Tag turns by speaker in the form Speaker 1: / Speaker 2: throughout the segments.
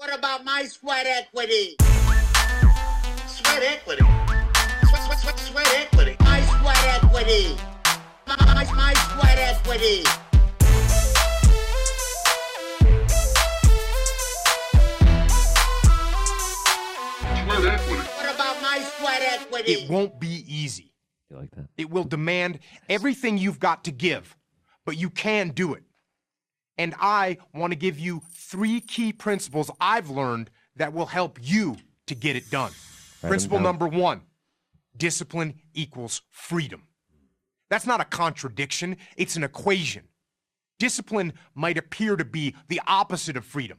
Speaker 1: What about my sweat equity? Sweat equity. Sweat, sweat, sweat, sweat equity. My sweat equity. My, my, my sweat equity.
Speaker 2: Sweat equity.
Speaker 1: What about my sweat equity?
Speaker 3: It won't be easy.
Speaker 4: You like that?
Speaker 3: It will demand everything you've got to give, but you can do it. And I want to give you three key principles I've learned that will help you to get it done.
Speaker 4: them
Speaker 3: Principle
Speaker 4: down.
Speaker 3: number one discipline equals freedom. That's not a contradiction, it's an equation. Discipline might appear to be the opposite of freedom,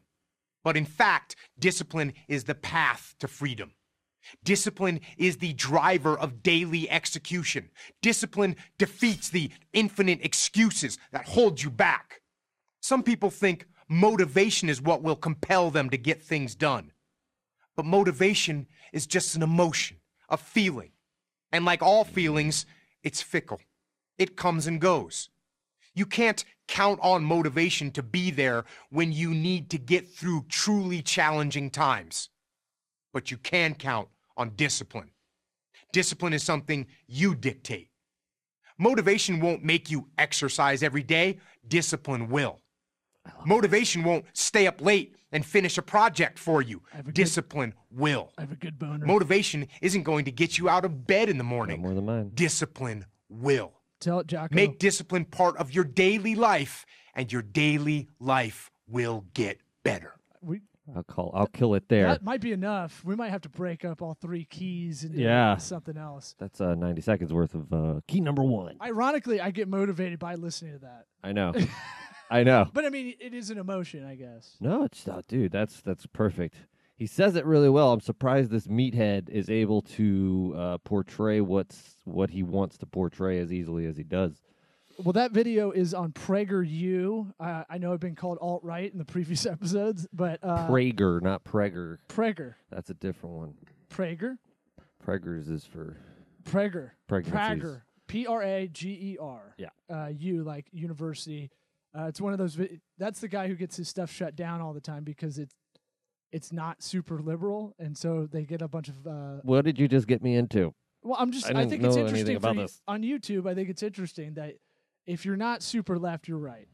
Speaker 3: but in fact, discipline is the path to freedom. Discipline is the driver of daily execution. Discipline defeats the infinite excuses that hold you back. Some people think motivation is what will compel them to get things done. But motivation is just an emotion, a feeling. And like all feelings, it's fickle, it comes and goes. You can't count on motivation to be there when you need to get through truly challenging times but you can count on discipline. Discipline is something you dictate. Motivation won't make you exercise every day, discipline will. Motivation won't stay up late and finish a project for you.
Speaker 5: have a good-
Speaker 3: Discipline will.
Speaker 5: I have a good boner.
Speaker 3: Motivation isn't going to get you out of bed in the
Speaker 4: Got more
Speaker 3: morning.
Speaker 4: than mine.
Speaker 3: Discipline will.
Speaker 5: Tell it, Jocko.
Speaker 3: Make discipline part of your daily life, and your daily life will get better.
Speaker 5: we,
Speaker 4: I'll call. I'll kill it there.
Speaker 5: that might be enough. We might have to break up all three keys into
Speaker 4: Yeah.
Speaker 5: something else.
Speaker 4: That's uh, 90 seconds worth of uh, key number one.
Speaker 5: Ironically, I get motivated by listening to that.
Speaker 4: I know. I know.
Speaker 5: But I mean, it is an emotion, I guess.
Speaker 4: No, it's not, dude. That's that's perfect. He says it really well. I'm surprised this meathead is able to uh, portray what's what he wants to portray as easily as he does.
Speaker 5: Well, that video is on PragerU. Uh, I know I've been called alt right in the previous episodes, but uh,
Speaker 4: Prager, not Prager.
Speaker 5: Prager,
Speaker 4: That's a different one.
Speaker 5: Prager,
Speaker 4: Prager's is for
Speaker 5: Prager,
Speaker 4: Pregnancies.
Speaker 5: Prager, P R A G E R.
Speaker 4: Yeah.
Speaker 5: Uh, U like university. Uh, it's one of those. Vi- that's the guy who gets his stuff shut down all the time because it's it's not super liberal, and so they get a bunch of. Uh,
Speaker 4: what did you just get me into?
Speaker 5: well, I'm just.
Speaker 4: I
Speaker 5: I,
Speaker 4: didn't
Speaker 5: think it's
Speaker 4: know anything
Speaker 5: interesting for
Speaker 4: about
Speaker 5: you-
Speaker 4: this.
Speaker 5: on YouTube. I think it's interesting that if you're not super left, you're right.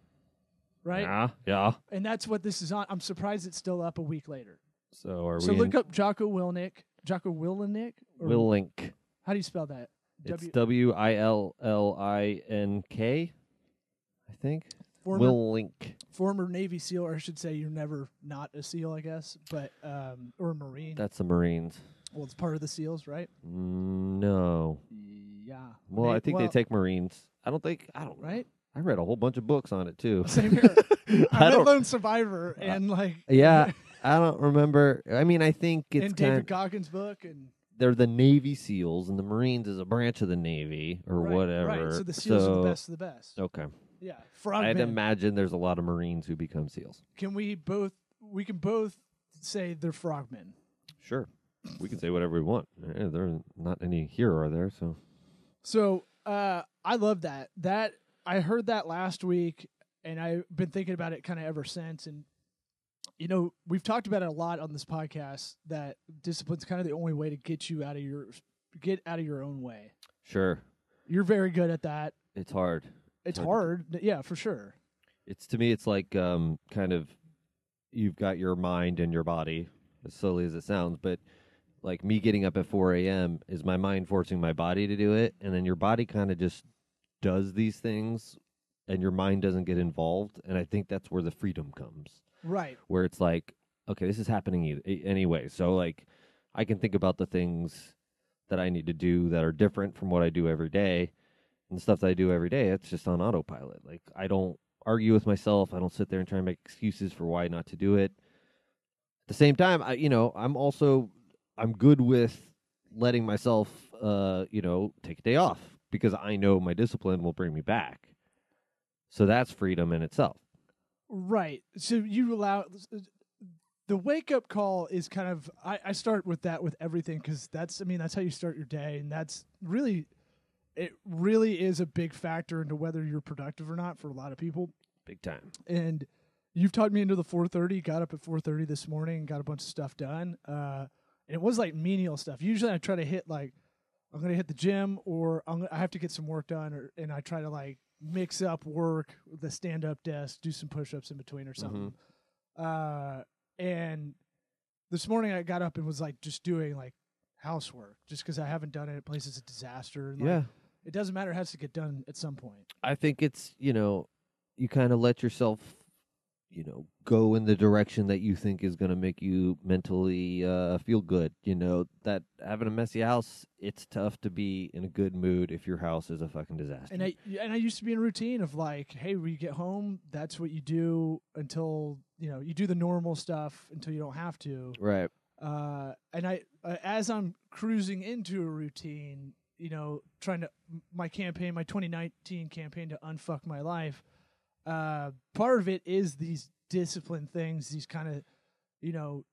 Speaker 5: Right,
Speaker 4: Yeah, yeah.
Speaker 5: and that's what this is on. I'm surprised it's still up a week later.
Speaker 4: So are
Speaker 5: So
Speaker 4: we
Speaker 5: look
Speaker 4: in
Speaker 5: up Jocko Wilnick. Jocko Willenick? Or
Speaker 4: Willink?
Speaker 5: How do you spell that?
Speaker 4: It's W I L L I N K. I think
Speaker 5: former,
Speaker 4: Willink.
Speaker 5: former Navy SEAL, or I should say you're never not a SEAL, I guess, but um, or a Marine.
Speaker 4: That's the Marines.
Speaker 5: well, it's part of the SEALs, right?
Speaker 4: Mm, No.
Speaker 5: Yeah.
Speaker 4: Well,
Speaker 5: Na-
Speaker 4: I think they take Marines. I don't think I don't
Speaker 5: right.
Speaker 4: I read a whole bunch of books on it too.
Speaker 5: Same here.
Speaker 4: I
Speaker 5: I'm a
Speaker 4: don't-
Speaker 5: lone survivor, and like
Speaker 4: yeah, Uh, I don't remember. I mean, I think it's
Speaker 5: in David
Speaker 4: kind
Speaker 5: Goggins' book, and
Speaker 4: they're the Navy SEALs, and the Marines is a branch of the Navy or
Speaker 5: right,
Speaker 4: whatever.
Speaker 5: Right. So the SEALs are
Speaker 4: So-
Speaker 5: the best of the best.
Speaker 4: Okay,
Speaker 5: Yeah.
Speaker 4: I'd
Speaker 5: Frogmen.
Speaker 4: imagine there's a lot of Marines who become SEALs.
Speaker 5: can we both? We can both say they're frogmen.
Speaker 4: Sure, we can say whatever we want. Eh, There are not any here are there, so
Speaker 5: So uh, I love that. That I heard that last week, and I've been thinking about it kind of ever since. And you know, we've talked about it a lot on this podcast that discipline's kind of the only way to get you out of your get out of your own way.
Speaker 4: sure,
Speaker 5: You're very good at that.
Speaker 4: it's hard.
Speaker 5: It's
Speaker 4: Totally.
Speaker 5: hard, yeah, for sure.
Speaker 4: It's to me, it's like um, kind of you've got your mind and your body, as silly as it sounds, but like me getting up at 4 a.m. is my mind forcing my body to do it, and then your body kind of just does these things, and your mind doesn't get involved, and I think that's where the freedom comes,
Speaker 5: Right.
Speaker 4: where it's like, okay, this is happening e- anyway, so like I can think about the things that I need to do that are different from what I do every day and the stuff that I do every day, it's just on autopilot. Like I don't argue with myself. I don't sit there and try and make excuses for why not to do it. At the same time, I you know, I'm also I'm good with letting myself uh, you know, take a day off because I know my discipline will bring me back. So that's freedom in itself.
Speaker 5: Right. So you allow the wake up call is kind of I, I start with that with everything because that's I mean that's how you start your day and that's really it really is a big factor into whether you're productive or not for a lot of people
Speaker 4: Big time.
Speaker 5: and you've talked me into the 4:30. Got up at 4:30 this morning. Got a bunch of stuff done. Uh, and it was like menial stuff. Usually, I try to hit like I'm gonna hit the gym or I'm gonna, I have to get some work done, or and I try to like mix up work, the stand up desk, do some push ups in between or something. Uh, and this morning I got up and was like just doing like housework, just because I haven't done it. At places a disaster. And, like,
Speaker 4: yeah.
Speaker 5: it doesn't matter. It has to get done at some point.
Speaker 4: I think it's you know, you kind of let yourself, you know, go in the direction that you think is going to make you mentally uh, feel good. You know that having a messy house, it's tough to be in a good mood if your house is a fucking disaster.
Speaker 5: And I and I used to be in a routine of like, hey, we get home. That's what you do until you know you do the normal stuff until you don't have to.
Speaker 4: right.
Speaker 5: uh, and I uh, as I'm cruising into a routine, you know, trying to my campaign, my 2019 campaign to unfuck my life. Uh, part of it is these discipline things, these kind of, you know,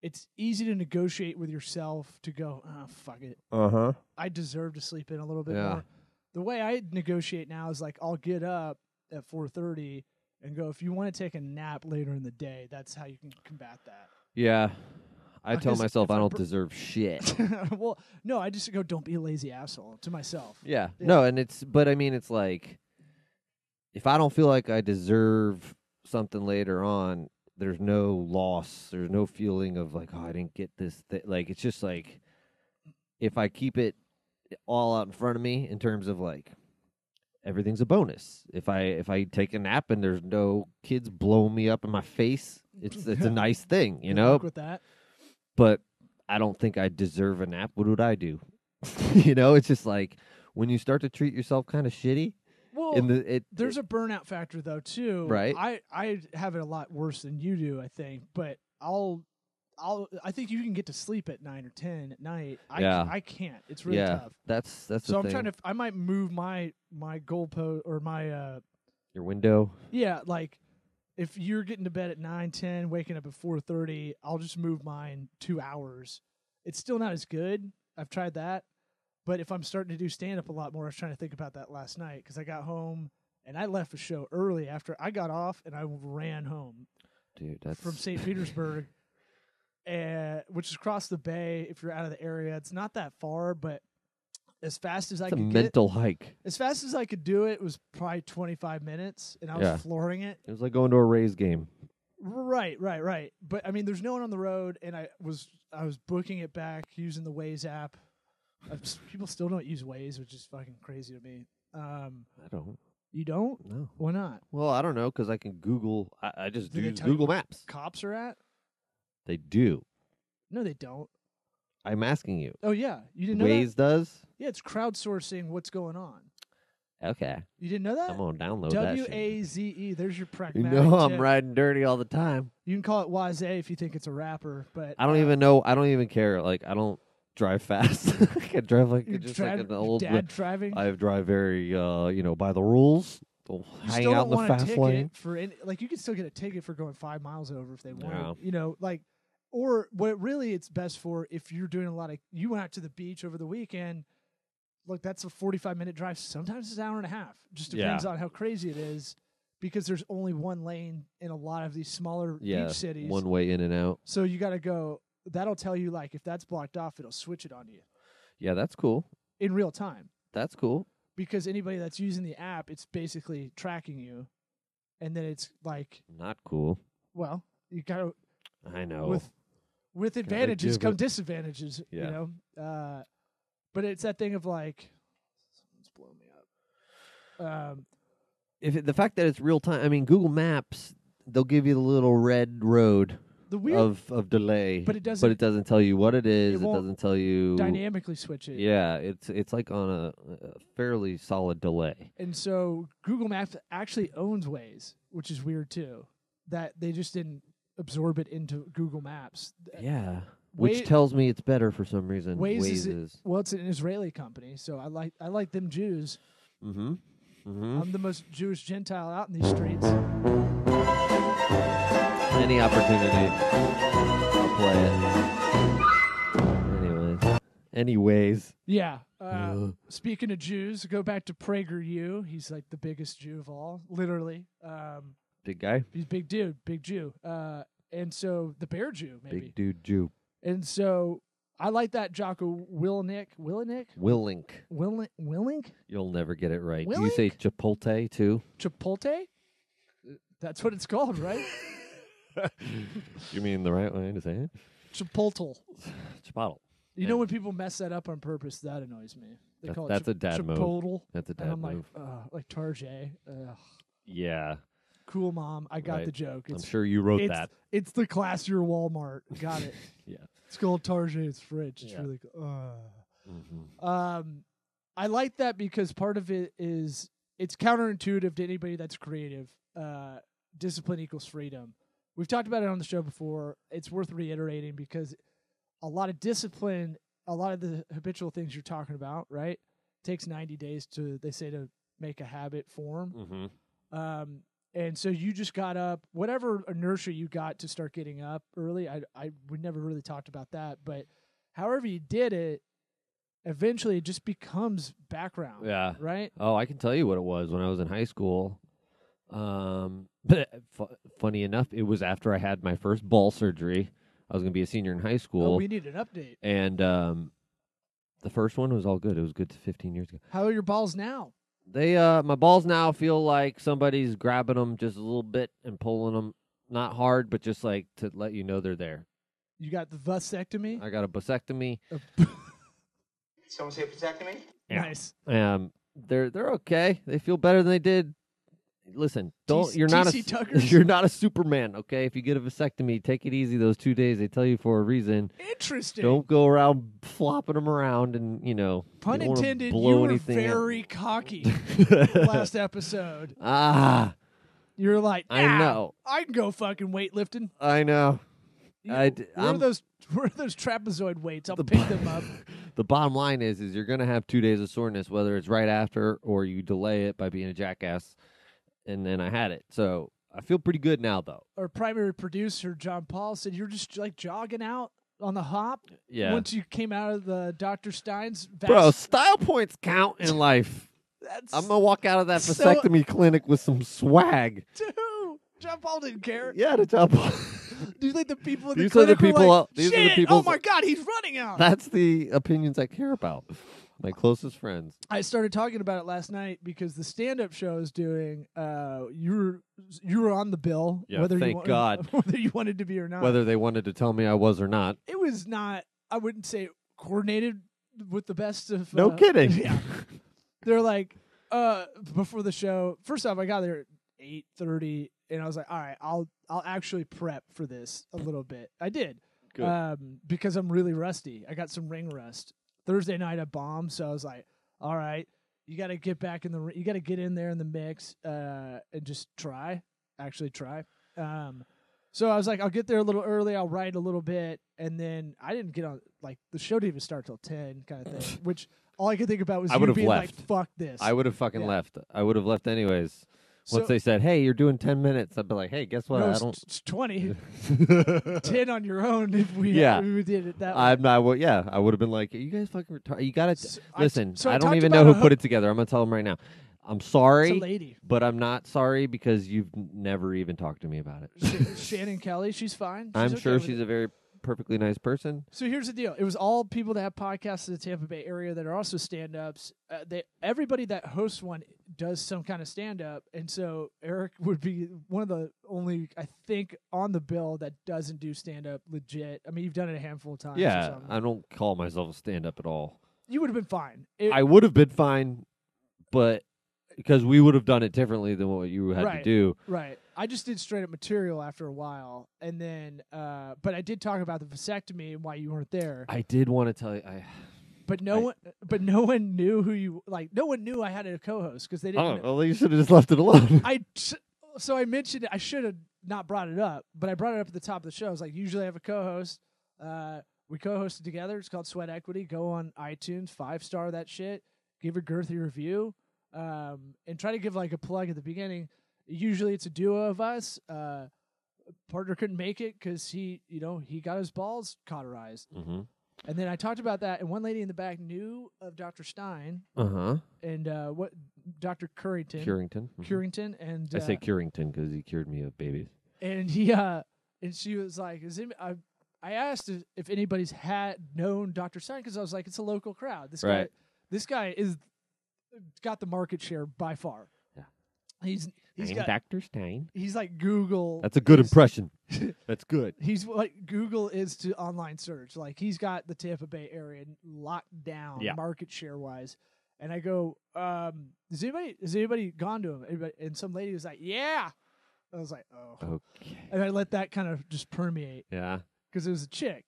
Speaker 5: it's easy to negotiate with yourself to go, ah, fuck it,
Speaker 4: Uh huh.
Speaker 5: I deserve to sleep in a little bit
Speaker 4: Yeah.
Speaker 5: more. The way I negotiate now is like I'll get up at 4:30 and go. If you want to take a nap later in the day, that's how you can combat that.
Speaker 4: Yeah. I
Speaker 5: Uh,
Speaker 4: tell
Speaker 5: 'cause
Speaker 4: myself
Speaker 5: if
Speaker 4: I
Speaker 5: I'm
Speaker 4: don't
Speaker 5: br-
Speaker 4: deserve shit.
Speaker 5: well, no, I just go, don't be a lazy asshole to myself.
Speaker 4: Yeah.
Speaker 5: Yeah.
Speaker 4: No, and it's but I mean it's like if I don't feel like I deserve something later on, there's no loss. There's no feeling of like, oh, I didn't get this thi-" like it's just like if I keep it all out in front of me in terms of like everything's a bonus. If I if I take a nap and there's no kids blowing me up in my face, it's it's a nice thing, you
Speaker 5: Good
Speaker 4: know?
Speaker 5: luck with that.
Speaker 4: but I don't think I deserve a nap. What would I do? you know, it's just like when you start to treat yourself kind of shitty.
Speaker 5: Well,
Speaker 4: In the it,
Speaker 5: there's
Speaker 4: it-
Speaker 5: a burnout factor though too.
Speaker 4: Right.
Speaker 5: I I have it a lot worse than you do, I think. But I'll. I'll, I think you can get to sleep at nine or ten at night. I, c-
Speaker 4: Yeah.
Speaker 5: I can't. It's really
Speaker 4: yeah.
Speaker 5: tough.
Speaker 4: That's that's
Speaker 5: So
Speaker 4: the
Speaker 5: I'm
Speaker 4: thing.
Speaker 5: trying to. f- I might move my my goalpost or my uh
Speaker 4: your window.
Speaker 5: yeah like if you're getting to bed at nine ten, waking up at four thirty, I'll just move mine two hours. It's still not as good. I've tried that, but if I'm starting to do stand up a lot more, I was trying to think about that last night because I got home and I left the show early after I got off and I ran home
Speaker 4: Dude, that's
Speaker 5: from St. Petersburg, uh, which is across the bay. If you're out of the area, it's not that far, but as fast as I
Speaker 4: It's a
Speaker 5: could get,
Speaker 4: mental hike.
Speaker 5: as fast as I could do it, it was probably 25 minutes, and I was
Speaker 4: Yeah.
Speaker 5: flooring it.
Speaker 4: It was like going to a Rays game.
Speaker 5: Right, right, right. But I mean, there's no one on the road, and I was I was booking it back using the Waze app. Uh, s- People still don't use Waze, which is fucking crazy to me. Um,
Speaker 4: I don't
Speaker 5: you don't?
Speaker 4: know.
Speaker 5: Why not?
Speaker 4: Well, I don't know because I can Google. I, I just
Speaker 5: Do they
Speaker 4: use
Speaker 5: tell you-
Speaker 4: Google Maps.
Speaker 5: Cops are at?
Speaker 4: They do.
Speaker 5: No, they don't.
Speaker 4: I'm asking you.
Speaker 5: Oh yeah, you didn't know that?
Speaker 4: Waze does.
Speaker 5: Yeah, it's crowdsourcing. What's going on?
Speaker 4: Okay,
Speaker 5: You didn't know that?
Speaker 4: I'm gonna
Speaker 5: W
Speaker 4: download that. shit.
Speaker 5: A Z E. There's your
Speaker 4: You
Speaker 5: pragmatic.
Speaker 4: know I'm
Speaker 5: tip.
Speaker 4: riding dirty all the time.
Speaker 5: You can call it Waze if you think it's a rapper, but
Speaker 4: I don't
Speaker 5: uh,
Speaker 4: even know. I don't even care. Like I don't drive fast. I drive like
Speaker 5: Your
Speaker 4: just
Speaker 5: dad,
Speaker 4: like an
Speaker 5: your
Speaker 4: old.
Speaker 5: dad driving.
Speaker 4: I drive very, uh, you know, by the rules. Don't
Speaker 5: you
Speaker 4: hang
Speaker 5: still
Speaker 4: out
Speaker 5: don't
Speaker 4: in the
Speaker 5: want a
Speaker 4: fast
Speaker 5: ticket
Speaker 4: lane.
Speaker 5: for any, like you could still get a ticket for going five miles over if they want.
Speaker 4: Yeah.
Speaker 5: You know, like or what really it's best for if you're doing a lot of you went out to the beach over the weekend. Look, that's a 45 minute drive. Sometimes it's an hour and a half. Just depends on how crazy it is, because there's only one lane in a lot of these smaller
Speaker 4: Yeah,
Speaker 5: beach cities.
Speaker 4: one way in and out.
Speaker 5: So you got to go. That'll tell you like if that's blocked off, it'll switch it on you
Speaker 4: Yeah, that's cool.
Speaker 5: in real time.
Speaker 4: That's cool.
Speaker 5: because anybody that's using the app, it's basically tracking you, and then it's like,
Speaker 4: Not cool.
Speaker 5: well, you gotta
Speaker 4: I know.
Speaker 5: with with advantages
Speaker 4: give
Speaker 5: come
Speaker 4: it-
Speaker 5: disadvantages,
Speaker 4: Yeah.
Speaker 5: you know. Uh, but it's that thing of like, someone's blowing me up. Um,
Speaker 4: if it, the fact that it's real time. I mean, Google Maps. They'll give you the little red road
Speaker 5: the weird
Speaker 4: of of delay,
Speaker 5: But it
Speaker 4: But
Speaker 5: doesn't-
Speaker 4: it doesn't tell you what it is. It,
Speaker 5: won't
Speaker 4: doesn't tell you.
Speaker 5: dynamically switch it,
Speaker 4: Yeah, it's it's like on a, a fairly solid delay.
Speaker 5: and so Google Maps actually owns Waze, which is weird too. That they just didn't absorb it into Google Maps.
Speaker 4: Yeah. Which
Speaker 5: Wa-
Speaker 4: tells me it's better for some reason.
Speaker 5: Waze,
Speaker 4: Waze
Speaker 5: is,
Speaker 4: is.
Speaker 5: well, it's an Israeli company, so I like I like them Jews.
Speaker 4: Mm-hmm. Mm-hmm.
Speaker 5: I'm the most Jewish Gentile out in these streets.
Speaker 4: Any opportunity, I'll play it. Anyways. Anyways.
Speaker 5: Yeah. Uh,
Speaker 4: Ugh.
Speaker 5: speaking of Jews, go back to PragerU. He's like the biggest Jew of all, literally. Um,
Speaker 4: Big guy,
Speaker 5: He's a big dude, big Jew. Uh, and so the bear Jew maybe.
Speaker 4: big dude Jew.
Speaker 5: And so I like that Jocko Willenick. Willenick?
Speaker 4: Will Link.
Speaker 5: Willink? Willink?
Speaker 4: You'll never get it right. Do you say
Speaker 5: Willink?
Speaker 4: Chipotle too?
Speaker 5: Chipotle? That's what it's called, right?
Speaker 4: You mean the right way to say it?
Speaker 5: Chipotle.
Speaker 4: Chipotle.
Speaker 5: You know when people mess that up on purpose, that annoys me. They
Speaker 4: That's-
Speaker 5: call it
Speaker 4: that's
Speaker 5: chip-
Speaker 4: a dad move.
Speaker 5: chipotle.
Speaker 4: That's a
Speaker 5: And
Speaker 4: dad
Speaker 5: I'm like,
Speaker 4: move.
Speaker 5: uh, like Tarjay. Ugh.
Speaker 4: yeah,
Speaker 5: Cool mom. I got
Speaker 4: Right.
Speaker 5: the joke. It's,
Speaker 4: I'm sure you wrote
Speaker 5: it's,
Speaker 4: that.
Speaker 5: It's the classier Walmart. Got it.
Speaker 4: Yeah.
Speaker 5: It's called Tarjay's fridge. It's
Speaker 4: Yeah.
Speaker 5: really cool.
Speaker 4: Mhm.
Speaker 5: Um, I like that because part of it is it's counterintuitive to anybody that's creative. Uh, discipline equals freedom. We've talked about it on the show before. It's worth reiterating because a lot of discipline, a lot of the habitual things you're talking about, right, takes 90 days to, they say, to make a habit form.
Speaker 4: Mhm.
Speaker 5: Um, and so you just got up, whatever inertia you got to start getting up early. I I we never really talked about that, but however you did it, eventually it just becomes background.
Speaker 4: Yeah.
Speaker 5: Right.
Speaker 4: Oh, I can tell you what it was when I was in high school. Um, but fu- funny enough, it was after I had my first ball surgery. I was going to be a senior in high
Speaker 5: Oh,
Speaker 4: school,
Speaker 5: we need an update.
Speaker 4: and um, the first one was all good. It was good to 15 years ago.
Speaker 5: How are your balls now?
Speaker 4: They, uh, my balls now feel like somebody's grabbing them just a little bit and pulling them, not hard, but just like to let you know they're there.
Speaker 5: You got the vasectomy.
Speaker 4: I got a vasectomy.
Speaker 1: Someone say vasectomy?
Speaker 4: Yeah.
Speaker 5: Nice.
Speaker 4: Um, they're they're okay. They feel better than they did. Listen, don't
Speaker 5: TC
Speaker 4: you're not a
Speaker 5: TC
Speaker 4: s-
Speaker 5: Tuckers?
Speaker 4: you're not a Superman. Okay, if you get a vasectomy, take it easy those two days. They tell you for a reason.
Speaker 5: Interesting.
Speaker 4: Don't go around flopping them around, and you know,
Speaker 5: Pun
Speaker 4: you don't wanna
Speaker 5: intended.
Speaker 4: Blow
Speaker 5: you were
Speaker 4: anything up.
Speaker 5: very cocky last episode.
Speaker 4: ah,
Speaker 5: You're like,
Speaker 4: I
Speaker 5: "Nah,
Speaker 4: know.
Speaker 5: I can go fucking weightlifting.
Speaker 4: I know.
Speaker 5: You
Speaker 4: I
Speaker 5: know,
Speaker 4: d-
Speaker 5: where are
Speaker 4: I'm-
Speaker 5: those where are those trapezoid weights? I'll
Speaker 4: The
Speaker 5: pick
Speaker 4: bu-
Speaker 5: them up.
Speaker 4: The bottom line is, is you're gonna have two days of soreness, whether it's right after or you delay it by being a jackass. And then I had it, so I feel pretty good now, though.
Speaker 5: Our primary producer John Paul said you're just like jogging out on the hop
Speaker 4: Yeah,
Speaker 5: once you came out of the Dr. Stein's vac-
Speaker 4: bro, style points count in life.
Speaker 5: That's
Speaker 4: I'm gonna walk out of that
Speaker 5: So-
Speaker 4: vasectomy clinic with some swag.
Speaker 5: dude. John Paul didn't care.
Speaker 4: Yeah, to top.
Speaker 5: Do you think the people in
Speaker 4: These
Speaker 5: the
Speaker 4: are the
Speaker 5: clinic were
Speaker 4: people-
Speaker 5: like,
Speaker 4: these are the
Speaker 5: Shit, Oh
Speaker 4: people-
Speaker 5: my god, he's running out.
Speaker 4: That's the opinions I care about. My closest friends.
Speaker 5: I started talking about it last night because the stand-up show is doing. Uh, you were you were on the bill.
Speaker 4: Yeah,
Speaker 5: whether you
Speaker 4: thank
Speaker 5: want,
Speaker 4: God.
Speaker 5: Whether you wanted to be or not.
Speaker 4: Whether they wanted to tell me I was or not.
Speaker 5: it was not i wouldn't say coordinated with the best of
Speaker 4: No
Speaker 5: uh,
Speaker 4: kidding.
Speaker 5: yeah they're like uh before the show first off i got there at 8.30 and i was like all right i'll i'll actually prep for this a little bit i did
Speaker 4: Good.
Speaker 5: um because i'm really rusty i got some ring rust thursday night i bombed so i was like all right you got to get back in the ri- you got to get in there in the mix uh and just try actually try um so I was like, I'll get there a little early. I'll write a little bit, and then I didn't get on. Like the show didn't even start till ten, kind of thing. Which all I could think about was
Speaker 4: I
Speaker 5: you
Speaker 4: would've
Speaker 5: being
Speaker 4: left.
Speaker 5: like, "Fuck this."
Speaker 4: I would have fucking
Speaker 5: Yeah.
Speaker 4: left. I would have left anyways.
Speaker 5: So-
Speaker 4: Once they said, "Hey, you're doing ten minutes," I'd be like, "Hey, guess what?
Speaker 5: no,
Speaker 4: I
Speaker 5: it's,
Speaker 4: don't."
Speaker 5: it's twenty, ten on your own. If we
Speaker 4: Yeah.
Speaker 5: if we did it that way.
Speaker 4: I'm not. Well, yeah, I would have been like, "You guys fucking retarded. You gotta
Speaker 5: So I-
Speaker 4: listen." I,
Speaker 5: so I
Speaker 4: don't
Speaker 5: talked
Speaker 4: even know
Speaker 5: about
Speaker 4: who
Speaker 5: a ho-
Speaker 4: put it together. I'm gonna tell them right now. I'm sorry.
Speaker 5: It's a lady,
Speaker 4: but I'm not sorry because you've n- never even talked to me about it.
Speaker 5: Sh- Shannon Kelly. She's fine. She's
Speaker 4: I'm
Speaker 5: okay
Speaker 4: sure
Speaker 5: with
Speaker 4: she's
Speaker 5: it.
Speaker 4: a very perfectly nice person.
Speaker 5: So here's the deal. It was all people that have podcasts in the Tampa Bay area that are also stand-ups. Uh, they everybody that hosts one does some kind of stand-up, and so Eric would be one of the only I think on the bill that doesn't do stand-up legit. I mean, you've done it a handful of times. or
Speaker 4: Yeah,
Speaker 5: something.
Speaker 4: I don't call myself a stand up at all.
Speaker 5: you would have been fine. It-
Speaker 4: I would have been fine, but because we would have done it differently than what you had
Speaker 5: Right.
Speaker 4: to do.
Speaker 5: Right. I just did straight up material after a while, and then, uh, but I did talk about the vasectomy and why you weren't there.
Speaker 4: I did want to tell you. I,
Speaker 5: But no
Speaker 4: I-
Speaker 5: one, but no one knew who you like. No one knew I had a co-host because they didn't.
Speaker 4: oh,
Speaker 5: know-
Speaker 4: well, you should have just left it alone.
Speaker 5: I s- so I mentioned it. I should have not brought it up, but I brought it up at the top of the show. I was like, usually I have a co-host. Uh, we co-hosted together. It's called Sweat Equity. Go on iTunes, five star that shit. Give a girthy review, um, and try to give like a plug at the beginning. Usually it's a duo of us. Uh, partner couldn't make it because he, you know, he got his balls cauterized.
Speaker 4: mm-hmm.
Speaker 5: And then I talked about that, and one lady in the back knew of Dr. Stein
Speaker 4: Uh huh.
Speaker 5: and uh, what Dr. Currington.
Speaker 4: Curington. mhm.
Speaker 5: Currington and
Speaker 4: I
Speaker 5: uh,
Speaker 4: say Curington because he cured me of babies.
Speaker 5: and he uh and she was like is it I, I asked if, if anybody's had known Dr. Stein because I was like it's a local crowd this guy
Speaker 4: Right.
Speaker 5: this guy is got the market share by far
Speaker 4: Yeah.
Speaker 5: he's he's got
Speaker 4: Dr. Stein.
Speaker 5: he's like Google
Speaker 4: That's a good
Speaker 5: is-
Speaker 4: impression. That's good.
Speaker 5: he's what Google is to online search like he's got the Tampa Bay area locked down
Speaker 4: Yeah.
Speaker 5: market share wise and I go um is anybody has anybody gone to him anybody, and some lady was like yeah I was like oh
Speaker 4: Okay.
Speaker 5: and I let that kind of just permeate
Speaker 4: Yeah.
Speaker 5: because it was a chick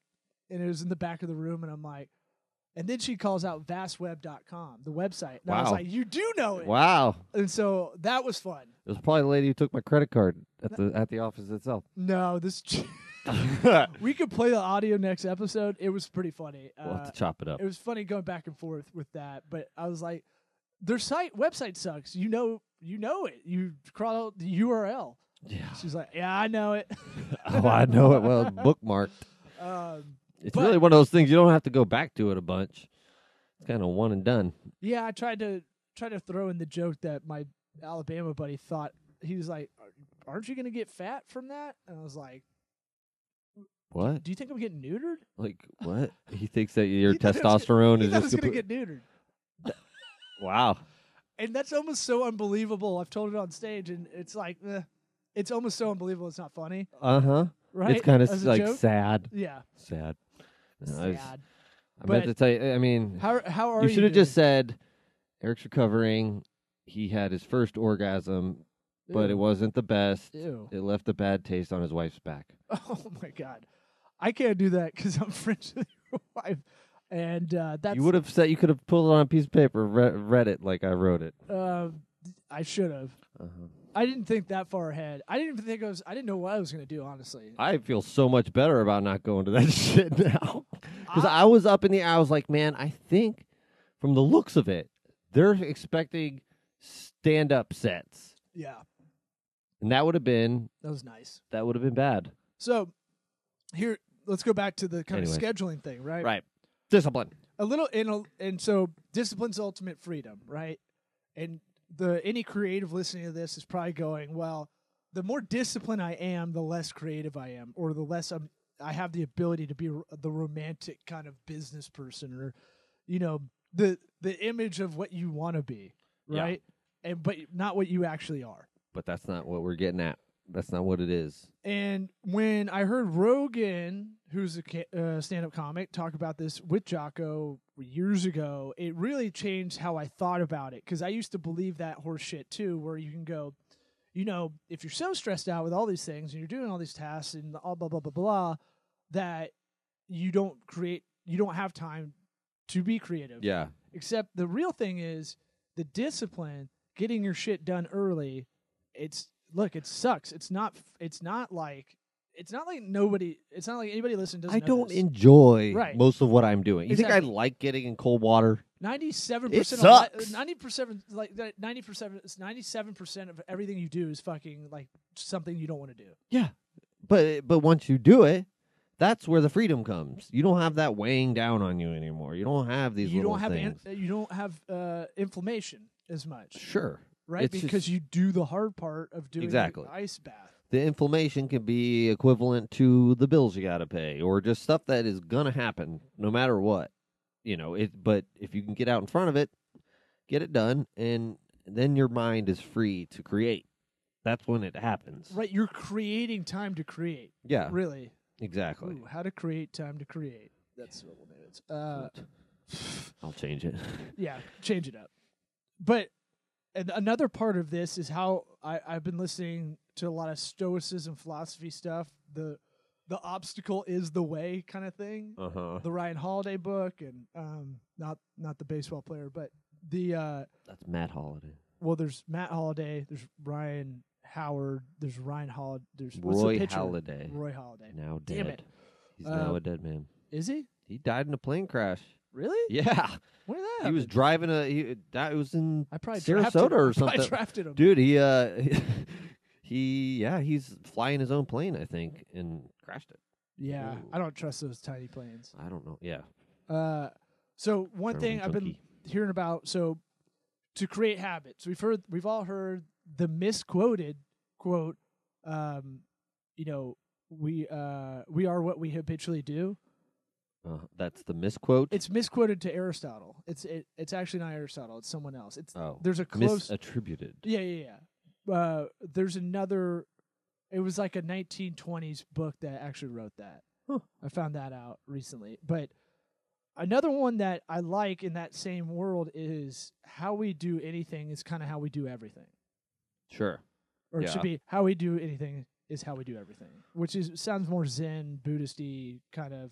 Speaker 5: and it was in the back of the room and I'm like and then she calls out vastweb.com the website and I was
Speaker 4: Wow.
Speaker 5: like you do know it
Speaker 4: Wow.
Speaker 5: and so that was fun
Speaker 4: It was probably the lady who took my credit card at the at the office itself.
Speaker 5: no this chick, we could play the audio next episode it was pretty funny
Speaker 4: we'll
Speaker 5: Uh,
Speaker 4: have to chop it up.
Speaker 5: it was funny going back and forth with that but I was like their site website sucks you know you know it you crawl out the URL
Speaker 4: yeah.
Speaker 5: she's like yeah I know it
Speaker 4: oh, I know it well. It's Bookmarked.
Speaker 5: um
Speaker 4: It's
Speaker 5: But-
Speaker 4: really one of those things you don't have to go back to it a bunch. It's kind of one and done.
Speaker 5: Yeah, I tried to try to throw in the joke that my Alabama buddy thought he was like, "Are- "Aren't you going to get fat from that?" And I was like,
Speaker 4: What?
Speaker 5: "Do you think I'm getting neutered?"
Speaker 4: Like what? He thinks that your
Speaker 5: He thought it was
Speaker 4: testosterone
Speaker 5: He
Speaker 4: is
Speaker 5: thought I
Speaker 4: just
Speaker 5: was going to
Speaker 4: super-
Speaker 5: get neutered,
Speaker 4: wow.
Speaker 5: and that's almost so unbelievable. I've told it on stage, and it's like, eh, it's almost so unbelievable. It's not funny,
Speaker 4: Uh huh.
Speaker 5: right?
Speaker 4: It's kind of
Speaker 5: As a
Speaker 4: like
Speaker 5: joke?
Speaker 4: sad.
Speaker 5: yeah,
Speaker 4: Sad. No, I, was-
Speaker 5: sad.
Speaker 4: I meant
Speaker 5: But-
Speaker 4: to tell you. I mean,
Speaker 5: How how are
Speaker 4: you
Speaker 5: you?
Speaker 4: should have
Speaker 5: doing?
Speaker 4: just said Eric's recovering. He had his first orgasm, but it
Speaker 5: Ew.
Speaker 4: wasn't the best.
Speaker 5: Ew.
Speaker 4: It left a bad taste on his wife's back.
Speaker 5: Oh my god, I can't do that because I'm friends with your wife, and uh, that's
Speaker 4: you would have said you could have pulled it on a piece of paper, re- read it like I wrote it.
Speaker 5: uh, I should have.
Speaker 4: Uh-huh.
Speaker 5: I didn't think that far ahead. I didn't even think I was. I didn't know what I was going to do. Honestly,
Speaker 4: I feel so much better about not going to that shit now.
Speaker 5: Uh,
Speaker 4: Because I was up in the air. I was like, man, I think from the looks of it, they're expecting stand up sets.
Speaker 5: yeah,
Speaker 4: And that would have been
Speaker 5: that was nice.
Speaker 4: that would have been bad.
Speaker 5: So here, let's go back to the kind
Speaker 4: Anyways.
Speaker 5: of scheduling thing, right?
Speaker 4: Discipline.
Speaker 5: A little in a, and so discipline's ultimate freedom, right? And the any creative listening to this is probably going, well, the more disciplined I am, the less creative I am, or the less I'm. I have the ability to be r- the romantic kind of business person, or you know the the image of what you want to be,
Speaker 4: Yeah.
Speaker 5: right? And but not what you actually are.
Speaker 4: But that's not what we're getting at. That's not what it is.
Speaker 5: And when I heard Rogan, who's a ca- uh, stand-up comic, talk about this with Jocko years ago, it really changed how I thought about it because I used to believe that horse shit too, where you can go, you know, if you're so stressed out with all these things and you're doing all these tasks and all blah blah blah blah, that you don't create, you don't have time to be creative.
Speaker 4: Yeah.
Speaker 5: Except the real thing is the discipline, getting your shit done early. It's look, it sucks. It's not. It's not like. It's not like nobody. It's not like anybody listening doesn't.
Speaker 4: I don't
Speaker 5: know
Speaker 4: enjoy
Speaker 5: Right.
Speaker 4: most of what I'm doing. You think I
Speaker 5: Exactly.
Speaker 4: like getting in cold water?
Speaker 5: Ninety-seven
Speaker 4: It
Speaker 5: percent.
Speaker 4: sucks.
Speaker 5: Ninety percent. Like ninety percent. Ninety-seven percent of everything you do is fucking like something you don't want to do.
Speaker 4: Yeah. But but once you do it, that's where the freedom comes. You don't have that weighing down on you anymore. You don't have these
Speaker 5: you
Speaker 4: little
Speaker 5: don't have.
Speaker 4: things.
Speaker 5: an- you don't have uh, inflammation as much,
Speaker 4: Sure.
Speaker 5: right?
Speaker 4: It's just-
Speaker 5: because you do the hard part of doing the
Speaker 4: Exactly.
Speaker 5: ice bath.
Speaker 4: The inflammation can be equivalent to the bills you got to pay or just stuff that is going to happen no matter what. You know, it but if you can get out in front of it, get it done and then your mind is free to create. That's when it happens.
Speaker 5: Right, you're creating time to create.
Speaker 4: Yeah.
Speaker 5: Really,
Speaker 4: Exactly.
Speaker 5: Ooh, how to create time to create. That's what we'll name it. Uh,
Speaker 4: I'll change it.
Speaker 5: yeah, change it up. But and another part of this is how I, I've been listening to a lot of stoicism philosophy stuff. The the obstacle is the way kind of thing.
Speaker 4: Uh-huh.
Speaker 5: The Ryan Holiday book and um not not the baseball player, but the uh
Speaker 4: That's Matt Holiday.
Speaker 5: well there's Matt Holiday, there's Ryan Howard, there's Ryan Holiday, there's what's the
Speaker 4: Roy
Speaker 5: pitcher?
Speaker 4: Halladay.
Speaker 5: Roy Holiday.
Speaker 4: Now dead.
Speaker 5: Damn it.
Speaker 4: He's now
Speaker 5: Um,
Speaker 4: a dead man.
Speaker 5: Is he?
Speaker 4: He died in a plane crash.
Speaker 5: Really?
Speaker 4: Yeah.
Speaker 5: Where did that
Speaker 4: He
Speaker 5: happen?
Speaker 4: was driving a he, that was in
Speaker 5: I probably drafted him.
Speaker 4: Sarasota or
Speaker 5: I probably
Speaker 4: something.
Speaker 5: drafted him.
Speaker 4: dude he uh he yeah he's flying his own plane i think and crashed it
Speaker 5: Yeah,
Speaker 4: Ooh.
Speaker 5: I don't trust those tiny planes.
Speaker 4: i don't know yeah
Speaker 5: Uh, so one
Speaker 4: Thermal
Speaker 5: thing I've been
Speaker 4: junkie.
Speaker 5: hearing about. So to create habits. We've heard we've all heard the misquoted quote um you know we uh we are what we habitually do.
Speaker 4: Uh, that's the misquote.
Speaker 5: It's misquoted to Aristotle. It's it, it's actually not Aristotle, it's someone else. It's
Speaker 4: oh,
Speaker 5: there's a close
Speaker 4: misattributed.
Speaker 5: Yeah, yeah, yeah. Uh there's another it was like a 1920s book that actually wrote that.
Speaker 4: Huh.
Speaker 5: I found that out recently. But another one that I like in that same world is how we do anything is kind of how we do everything.
Speaker 4: Sure.
Speaker 5: Or it
Speaker 4: Yeah.
Speaker 5: should be how we do anything is how we do everything, which is sounds more Zen, Buddhisty kind of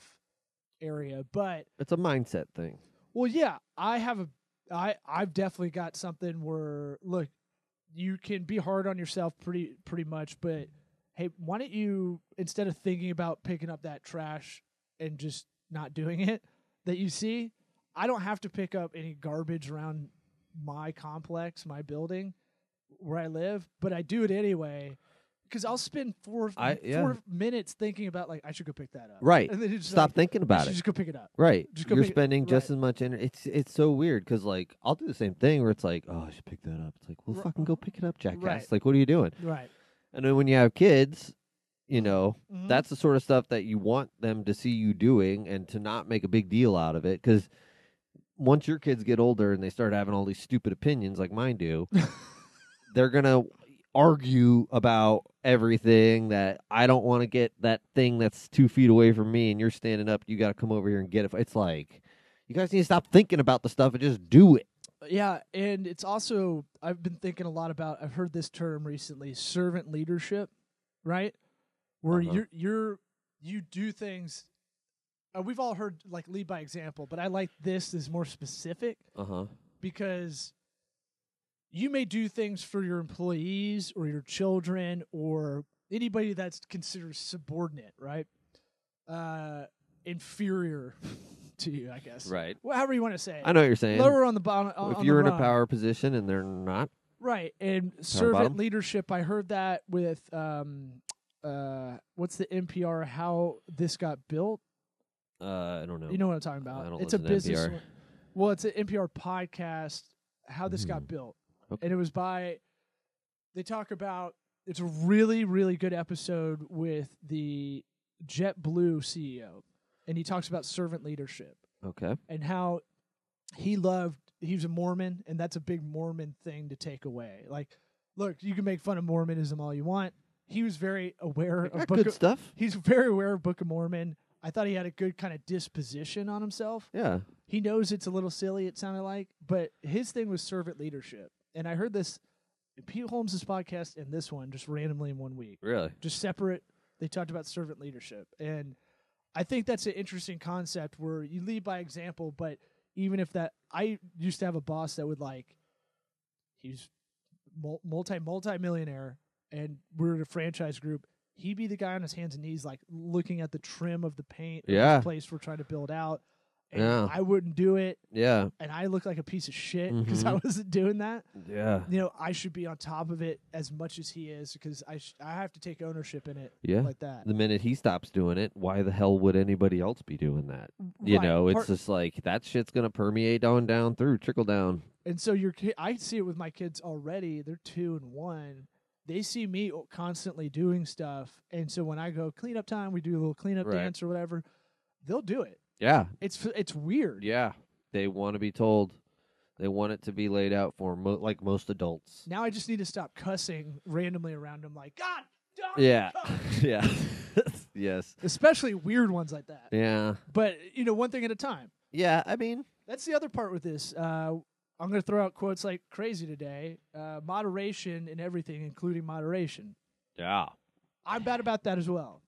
Speaker 5: area. But
Speaker 4: It's a mindset thing.
Speaker 5: well, yeah, I have a, I I've definitely got something where look, you can be hard on yourself pretty pretty much, but hey, why don't you instead of thinking about picking up that trash and just not doing it that you see, I don't have to pick up any garbage around my complex, my building where I live, but I do it anyway. Because I'll spend four
Speaker 4: I- yeah.
Speaker 5: four minutes thinking about like I should go pick that up,
Speaker 4: Right.
Speaker 5: And then it's just
Speaker 4: Stop
Speaker 5: like,
Speaker 4: thinking
Speaker 5: I
Speaker 4: about
Speaker 5: should
Speaker 4: it.
Speaker 5: Just go pick it up.
Speaker 4: Right.
Speaker 5: Just go
Speaker 4: You're
Speaker 5: pick it-
Speaker 4: spending just
Speaker 5: right.
Speaker 4: as much energy. It's it's so weird because like I'll do the same thing where it's like, oh, I should pick that up. It's like, well,
Speaker 5: Ri-
Speaker 4: fucking go pick it up, jackass.
Speaker 5: Right.
Speaker 4: Like, what are you doing?
Speaker 5: Right.
Speaker 4: And then when you have kids, you know,
Speaker 5: Mhm.
Speaker 4: that's the sort of stuff that you want them to see you doing and to not make a big deal out of it because once your kids get older and they start having all these stupid opinions like mine do, they're gonna argue about everything that I don't want to get that thing that's two feet away from me and you're standing up, you gotta come over here and get it. It's like you guys need to stop thinking about the stuff and just do it.
Speaker 5: Yeah, and it's also I've been thinking a lot about I've heard this term recently, servant leadership, right? Where
Speaker 4: Uh-huh.
Speaker 5: you're you're you do things uh, we've all heard like lead by example, but I like this is more specific
Speaker 4: Uh huh.
Speaker 5: because you may do things for your employees or your children or anybody that's considered subordinate, right? Uh inferior to you, I guess.
Speaker 4: Right.
Speaker 5: Well, however you want to say it.
Speaker 4: I know what you're saying.
Speaker 5: Lower on the bottom. on-
Speaker 4: if
Speaker 5: on
Speaker 4: you're in
Speaker 5: the
Speaker 4: a
Speaker 5: rung.
Speaker 4: power position and they're not,
Speaker 5: Right. And servant
Speaker 4: bottom?
Speaker 5: leadership, I heard that with um uh what's the NPR how this got built?
Speaker 4: uh, I don't know.
Speaker 5: You know what I'm talking about.
Speaker 4: I don't
Speaker 5: it's a
Speaker 4: listen to
Speaker 5: business
Speaker 4: NPR.
Speaker 5: one. Well, it's an NPR podcast how this got built.
Speaker 4: Hmm. Okay.
Speaker 5: And it was by they talk about it's a really really good episode with the JetBlue CEO and he talks about servant leadership
Speaker 4: Okay.
Speaker 5: and how he loved he was a Mormon and that's a big Mormon thing to take away. Like, look, you can make fun of Mormonism all you want. He was very aware
Speaker 4: I
Speaker 5: of
Speaker 4: got
Speaker 5: Book
Speaker 4: good
Speaker 5: of,
Speaker 4: stuff.
Speaker 5: he's very aware of Book of Mormon. I thought he had a good kind of disposition on himself.
Speaker 4: Yeah.
Speaker 5: He knows it's a little silly, it sounded like, but his thing was servant leadership. And I heard this Pete Holmes' podcast and this one just randomly in one week
Speaker 4: Really?
Speaker 5: just separate. They talked about servant leadership, and I think that's an interesting concept where you lead by example. But even if that, I used to have a boss that would like, he was mul- multi multi millionaire, and we were in a franchise group. He'd be the guy on his hands and knees, like looking at the trim of the paint, of this
Speaker 4: Yeah.
Speaker 5: place we're trying to build out. And
Speaker 4: Yeah.
Speaker 5: I wouldn't do it,
Speaker 4: Yeah.
Speaker 5: and I look like a piece of shit because I
Speaker 4: Mhm.
Speaker 5: wasn't doing that
Speaker 4: Yeah.
Speaker 5: you know I should be on top of it as much as he is because I sh- I have to take ownership in it
Speaker 4: Yeah.
Speaker 5: like that.
Speaker 4: the minute he stops doing it, why the hell would anybody else be doing that? You
Speaker 5: Right.
Speaker 4: know, it's
Speaker 5: Part-
Speaker 4: just like that shit's gonna permeate on down through, trickle down.
Speaker 5: and so your ki- I see it with my kids already. They're two and one. They see me o- constantly doing stuff, and so when I go cleanup time, we do a little cleanup
Speaker 4: Right.
Speaker 5: dance or whatever. They'll do it.
Speaker 4: Yeah,
Speaker 5: It's f- it's weird.
Speaker 4: yeah. They want to be told. They want it to be laid out for 'em, mo- like most adults.
Speaker 5: Now I just need to stop cussing randomly around them, like God, don't
Speaker 4: Yeah,
Speaker 5: cuss."
Speaker 4: yeah, yes,
Speaker 5: Especially weird ones like that.
Speaker 4: yeah,
Speaker 5: But you know, one thing at a time.
Speaker 4: yeah. I mean,
Speaker 5: That's the other part with this. Uh, I'm going to throw out quotes like crazy today. Uh, moderation in everything, including moderation.
Speaker 4: yeah,
Speaker 5: I'm bad about that as well.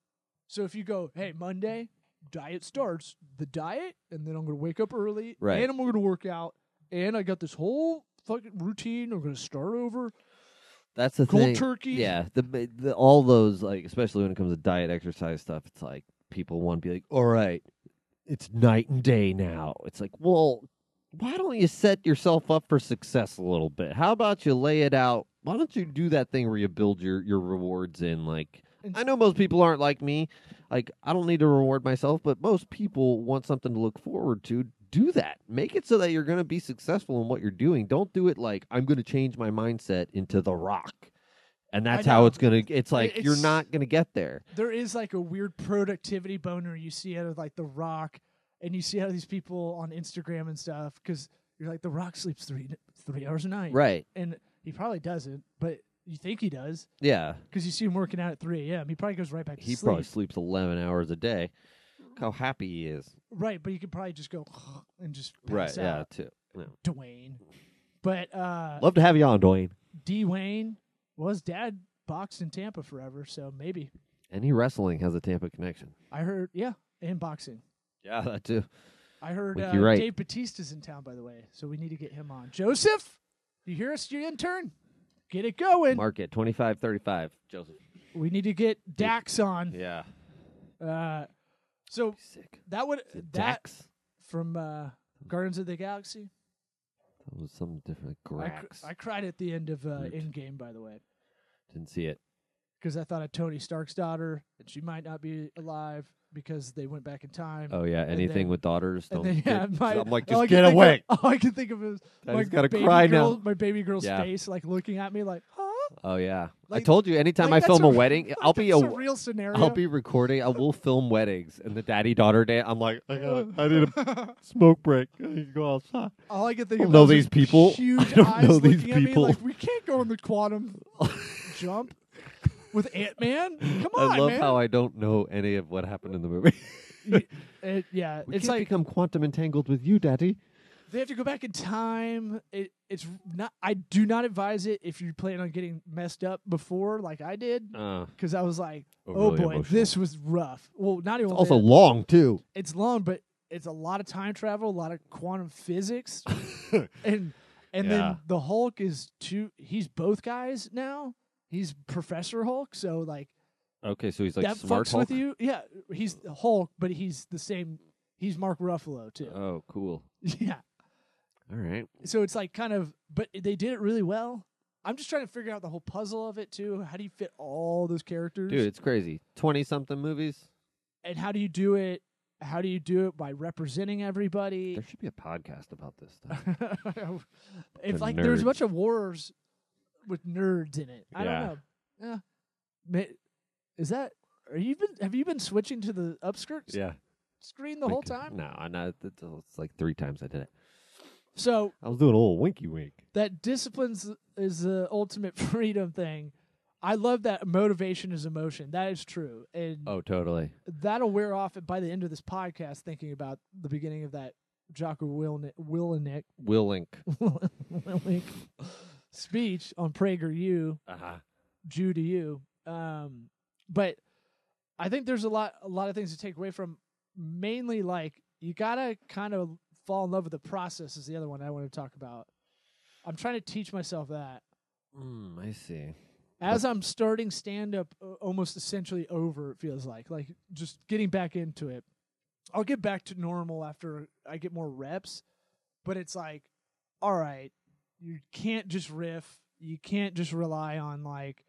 Speaker 5: So if you go, hey, Monday, diet starts, the diet, and then I'm going to wake up early,
Speaker 4: Right.
Speaker 5: and I'm going to work out, and I got this whole fucking routine. I'm going to start over.
Speaker 4: that's the
Speaker 5: Cold
Speaker 4: thing.
Speaker 5: turkey.
Speaker 4: Yeah, the, ma- the all those like, especially when it comes to diet exercise stuff, it's like people want to be like, all right, it's night and day now. It's like, well, why don't you set yourself up for success a little bit? How about you lay it out? Why don't you do that thing where you build your your rewards in like.
Speaker 5: And-
Speaker 4: I know most people aren't like me. Like I don't need to reward myself, but most people want something to look forward to do that. Make it so that you're going to be successful in what you're doing. Don't do it like I'm going to change my mindset into the rock. And that's how
Speaker 5: know.
Speaker 4: it's going to it's like you're
Speaker 5: it's-
Speaker 4: not going to get there.
Speaker 5: there is like a weird productivity boner you see out of like The Rock, and you see how these people on Instagram and stuff because you're like The Rock sleeps three three hours a night,
Speaker 4: Right.
Speaker 5: And he probably doesn't, but you think he does
Speaker 4: Yeah.
Speaker 5: because you see him working out at 3 a.m. He probably goes right back to
Speaker 4: He
Speaker 5: sleep,
Speaker 4: probably sleeps 11 hours a day. Look how happy he is.
Speaker 5: right? But you could probably just go and just pass
Speaker 4: Yeah,
Speaker 5: out,
Speaker 4: too. Yeah.
Speaker 5: Dwayne. But uh,
Speaker 4: Love to have you on, Dwayne.
Speaker 5: Dwayne was dad boxed in Tampa forever, so maybe
Speaker 4: Any wrestling has a Tampa connection.
Speaker 5: I heard yeah, and boxing.
Speaker 4: Yeah, that too.
Speaker 5: I heard
Speaker 4: Think
Speaker 5: uh,
Speaker 4: you're right.
Speaker 5: Dave Batista's in town, by the way, so we need to get him on. Joseph, you hear us, you intern? Get it going.
Speaker 4: Mark it 25 35, Joseph.
Speaker 5: We need to get Dax on.
Speaker 4: Yeah.
Speaker 5: Uh, so
Speaker 4: Sick.
Speaker 5: that would
Speaker 4: Is
Speaker 5: that
Speaker 4: it Dax?
Speaker 5: from uh, Guardians of the Galaxy.
Speaker 4: That was some different.
Speaker 5: I,
Speaker 4: Grax.
Speaker 5: cr- I cried at the end of uh,
Speaker 4: Groot.
Speaker 5: Endgame, by the way,
Speaker 4: Didn't see it.
Speaker 5: because I thought of Tony Stark's daughter, and she might not be alive because they went back in time.
Speaker 4: Oh yeah, anything
Speaker 5: then-
Speaker 4: with daughters.
Speaker 5: And
Speaker 4: Don't
Speaker 5: then, yeah,
Speaker 4: get-
Speaker 5: my,
Speaker 4: I'm like,
Speaker 5: all I could
Speaker 4: just get
Speaker 5: think of-
Speaker 4: away.
Speaker 5: all I can think of is
Speaker 4: I
Speaker 5: my
Speaker 4: just gotta
Speaker 5: baby
Speaker 4: cry now.
Speaker 5: girl, my baby girl's
Speaker 4: Yeah.
Speaker 5: face, like looking at me, like, huh?
Speaker 4: Oh yeah, I
Speaker 5: Like-
Speaker 4: told you. Anytime
Speaker 5: Like,
Speaker 4: I
Speaker 5: that's
Speaker 4: film a,
Speaker 5: a-
Speaker 4: wedding,
Speaker 5: Like,
Speaker 4: I'll be a,
Speaker 5: that's real scenario.
Speaker 4: will be recording. I will film weddings and the daddy daughter day. I'm like, I, gotta, I need a
Speaker 5: all
Speaker 4: smoke break. I need to go outside.
Speaker 5: I can think
Speaker 4: don't
Speaker 5: of
Speaker 4: know
Speaker 5: is
Speaker 4: these people. I
Speaker 5: Huge
Speaker 4: don't
Speaker 5: eyes
Speaker 4: know these
Speaker 5: looking at me
Speaker 4: people.
Speaker 5: Like we can't go on the quantum jump with Ant Man. Come on,
Speaker 4: I love
Speaker 5: man.
Speaker 4: how I don't know any of what happened in the movie.
Speaker 5: It- yeah,
Speaker 4: we
Speaker 5: it's
Speaker 4: can't
Speaker 5: like
Speaker 4: become quantum entangled with you, daddy.
Speaker 5: they have to go back in time. It, it's not. I do not advise it if you plan on getting messed up before, like I did,
Speaker 4: Uh,
Speaker 5: because I was like, oh
Speaker 4: Overly
Speaker 5: boy,
Speaker 4: emotional.
Speaker 5: this was rough. Well, not even
Speaker 4: it's also
Speaker 5: that.
Speaker 4: long too.
Speaker 5: it's long, but it's a lot of time travel, a lot of quantum physics, and and
Speaker 4: Yeah.
Speaker 5: then the Hulk is two. He's both guys now. He's Professor Hulk, so like
Speaker 4: Okay, so he's
Speaker 5: that fucks with you. Yeah, he's the Hulk, but he's the same. He's Mark Ruffalo too.
Speaker 4: Oh, cool.
Speaker 5: yeah,
Speaker 4: All right.
Speaker 5: so it's like kind of, but they did it really well. I'm just trying to figure out the whole puzzle of it too. How do you fit all those characters?
Speaker 4: Dude, it's crazy. 20 something movies.
Speaker 5: And how do you do it? How do you do it by representing everybody?
Speaker 4: There should be a podcast about this stuff.
Speaker 5: if
Speaker 4: The
Speaker 5: like there's
Speaker 4: nerds.
Speaker 5: a bunch of wars with nerds in it, I
Speaker 4: Yeah.
Speaker 5: don't know. Yeah. Ma- Is that are you been have you been switching to the upskirt s-
Speaker 4: yeah.
Speaker 5: screen the
Speaker 4: We
Speaker 5: whole
Speaker 4: could-
Speaker 5: time?
Speaker 4: No, I know. It's it's like three times I did it.
Speaker 5: So
Speaker 4: I was doing a little winky wink.
Speaker 5: that disciplines is the ultimate freedom thing. I love that motivation is emotion. That is true. And
Speaker 4: Oh, totally.
Speaker 5: that'll wear off by the end of this podcast thinking about the beginning of that Jocko Willni- Willenick
Speaker 4: Will link.
Speaker 5: Willink speech on PragerU
Speaker 4: Uh huh.
Speaker 5: due to you. Um, but I think there's a lot a lot of things to take away from mainly like you gotta kind of fall in love with the process is the other one I want to talk about. I'm trying to teach myself that
Speaker 4: Mm, I see.
Speaker 5: as I'm starting stand up almost essentially over it feels like like just getting back into it. I'll get back to normal after I get more reps, but it's like all right, you can't just riff, you can't just rely on like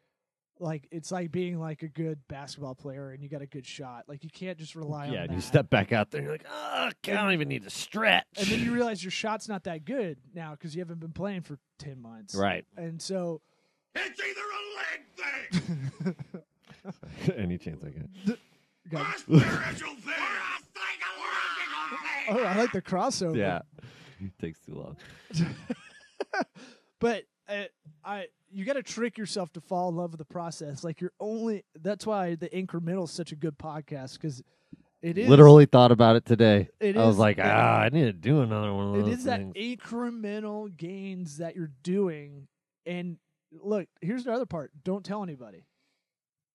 Speaker 5: like it's like being like a good basketball player and you got a good shot. Like you can't just rely on
Speaker 4: yeah,
Speaker 5: that.
Speaker 4: and you step back out there and you're like, oh, I don't even need to stretch.
Speaker 5: and then you realize your shot's not that good now because you haven't been playing for 10 months.
Speaker 4: right.
Speaker 5: And so
Speaker 2: It's either a leg thing,
Speaker 4: Any chance I get.
Speaker 5: God,
Speaker 2: a spiritual thing, or a psychological thing.
Speaker 5: Oh, I like the crossover.
Speaker 4: Yeah. it takes too long.
Speaker 5: but uh, I you got to trick yourself to fall in love with the process. Like you're only that's why the incremental is such a good podcast because it is
Speaker 4: Literally thought about it today.
Speaker 5: It
Speaker 4: I was
Speaker 5: is-
Speaker 4: like,
Speaker 5: it-
Speaker 4: ah, I need to do another one of
Speaker 5: it
Speaker 4: those
Speaker 5: is that
Speaker 4: things.
Speaker 5: incremental gains that you're doing. And look, here's the other part: don't tell anybody.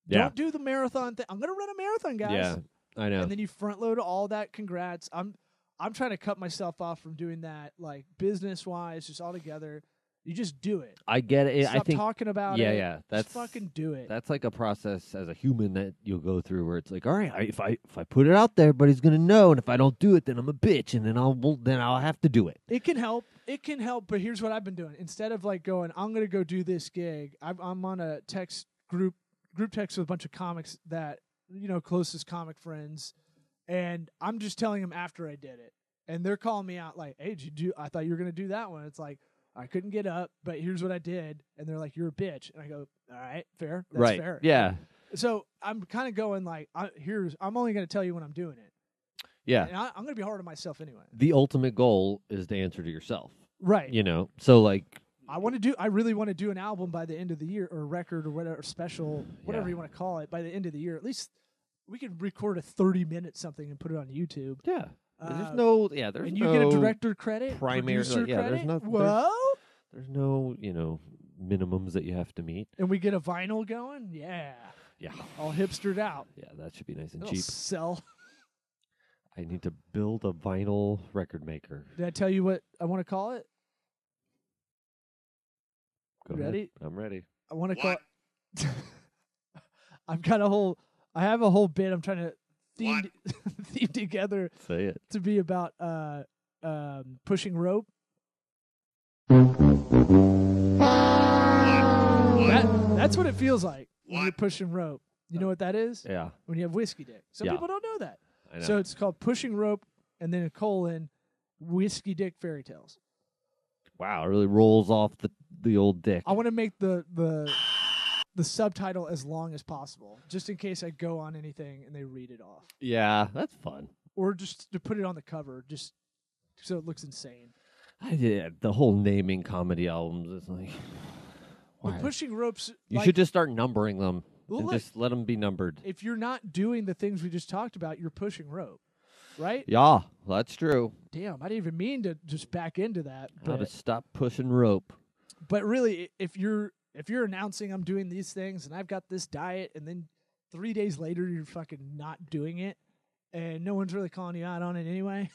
Speaker 4: Yeah.
Speaker 5: Don't do the marathon thing. I'm gonna run a marathon, guys.
Speaker 4: yeah, I know.
Speaker 5: And then you front load all that. Congrats. I'm I'm trying to cut myself off from doing that, like business wise, just all together. You just do it.
Speaker 4: I get it.
Speaker 5: Stop
Speaker 4: I think.
Speaker 5: talking about
Speaker 4: yeah,
Speaker 5: it.
Speaker 4: yeah. That's
Speaker 5: Just fucking do it.
Speaker 4: That's like a process as a human that you'll go through where it's like, all right, I, if I if I put it out there, everybody's gonna know, and if I don't do it, then I'm a bitch, and then I'll well, then I'll have to do it.
Speaker 5: It can help. It can help. But here's what I've been doing. Instead of like going, I'm gonna go do this gig. I'm, I'm on a text group group text with a bunch of comics that you know closest comic friends, and I'm just telling them after I did it. and they're calling me out like, "Hey, did you do? I thought you were gonna do that one." It's like I couldn't get up, but here's what I did, and they're like, "You're a bitch," and I go, "All right, fair, that's
Speaker 4: right.
Speaker 5: fair."
Speaker 4: Yeah.
Speaker 5: So I'm kind of going like, I, "Here's I'm only gonna tell you when I'm doing it,
Speaker 4: Yeah.
Speaker 5: and I, I'm gonna be hard on myself anyway."
Speaker 4: The ultimate goal is to answer to yourself.
Speaker 5: Right.
Speaker 4: You know. So like
Speaker 5: I want to do. I really want to do an album by the end of the year, or record, or whatever special, whatever
Speaker 4: Yeah.
Speaker 5: you want to call it, by the end of the year. At least we can record a thirty-minute something and put it on YouTube.
Speaker 4: Yeah. there's
Speaker 5: Uh,
Speaker 4: no yeah, there's
Speaker 5: and you
Speaker 4: no
Speaker 5: get a director credit,
Speaker 4: primary- like,
Speaker 5: producer
Speaker 4: yeah, there's
Speaker 5: credit.
Speaker 4: nothing- there's-
Speaker 5: Whoa!
Speaker 4: there's no, you know, minimums that you have to meet.
Speaker 5: And we get a vinyl going. Yeah,
Speaker 4: Yeah.
Speaker 5: all hipstered out.
Speaker 4: Yeah, that should be nice and
Speaker 5: It'll
Speaker 4: cheap.
Speaker 5: sell.
Speaker 4: I need to build a vinyl record maker.
Speaker 5: Did I tell you what I want to call it?
Speaker 4: Go ahead.
Speaker 5: Ready?
Speaker 4: I'm ready.
Speaker 5: I want to call.
Speaker 2: What?
Speaker 5: It, I've got a whole. I have a whole bit. I'm trying to theme, theme together
Speaker 4: Say it.
Speaker 5: to be about uh um pushing rope. That, that's what it feels like when you're
Speaker 2: What?
Speaker 5: pushing rope. You know what that is?
Speaker 4: Yeah.
Speaker 5: When you have whiskey dick. Some
Speaker 4: Yeah.
Speaker 5: people don't know that.
Speaker 4: I know.
Speaker 5: So it's called pushing rope and then a colon whiskey dick fairy tales.
Speaker 4: wow, it really rolls off the the old dick.
Speaker 5: I want to make the the the subtitle as long as possible, just in case I go on anything and they read it off,
Speaker 4: yeah, that's fun.
Speaker 5: or just to put it on the cover, just so it looks insane.
Speaker 4: I did the whole naming comedy albums is like why?
Speaker 5: But pushing ropes,
Speaker 4: you
Speaker 5: like,
Speaker 4: should just start numbering them
Speaker 5: Well,
Speaker 4: and
Speaker 5: look.
Speaker 4: just let them be numbered.
Speaker 5: if you're not doing the things we just talked about, you're pushing rope, right?
Speaker 4: Yeah, that's true.
Speaker 5: Damn, I didn't even mean to just back into that.
Speaker 4: How to
Speaker 5: But,
Speaker 4: stop pushing rope.
Speaker 5: but really, i- if you're if you're announcing I'm doing these things and I've got this diet, and then three days later you're fucking not doing it, and no one's really calling you out on it anyway,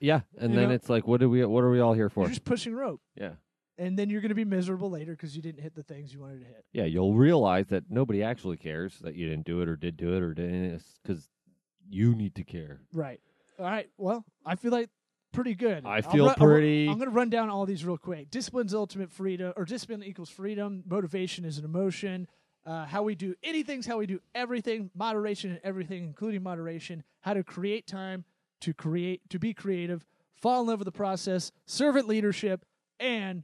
Speaker 4: Yeah, and
Speaker 5: You
Speaker 4: then
Speaker 5: know?
Speaker 4: it's like, what do we? What are we all here for?
Speaker 5: you're just pushing rope,
Speaker 4: yeah,
Speaker 5: and then you're gonna be miserable later because you didn't hit the things you wanted to hit.
Speaker 4: yeah. You'll realize that nobody actually cares that you didn't do it or did do it or didn't, because you need to care.
Speaker 5: Right. All right. Well, I feel like pretty good.
Speaker 4: I
Speaker 5: I'll
Speaker 4: feel
Speaker 5: I'll-
Speaker 4: pretty-
Speaker 5: I'm going to run down all these real quick. Discipline's ultimate freedom, or discipline equals freedom. Motivation is an emotion. Uh, how we do anything's how we do everything. Moderation in everything, including moderation. How to create time to create to be creative. Fall in love with the process. Servant leadership and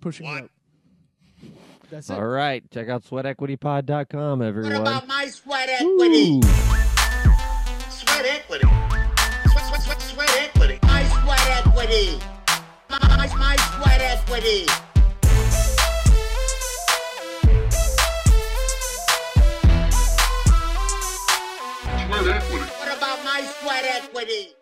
Speaker 5: pushing
Speaker 2: What?
Speaker 5: rope. That's it.
Speaker 4: All right, check out sweatequitypod.com,
Speaker 1: What
Speaker 4: everyone.
Speaker 1: about my sweat
Speaker 4: Ooh.
Speaker 1: equity? Sweat equity. Sweat, sweat, sweat, sweat equity. My sweat equity. My, my, my sweat equity.
Speaker 2: Sweat equity.
Speaker 1: What about my sweat equity?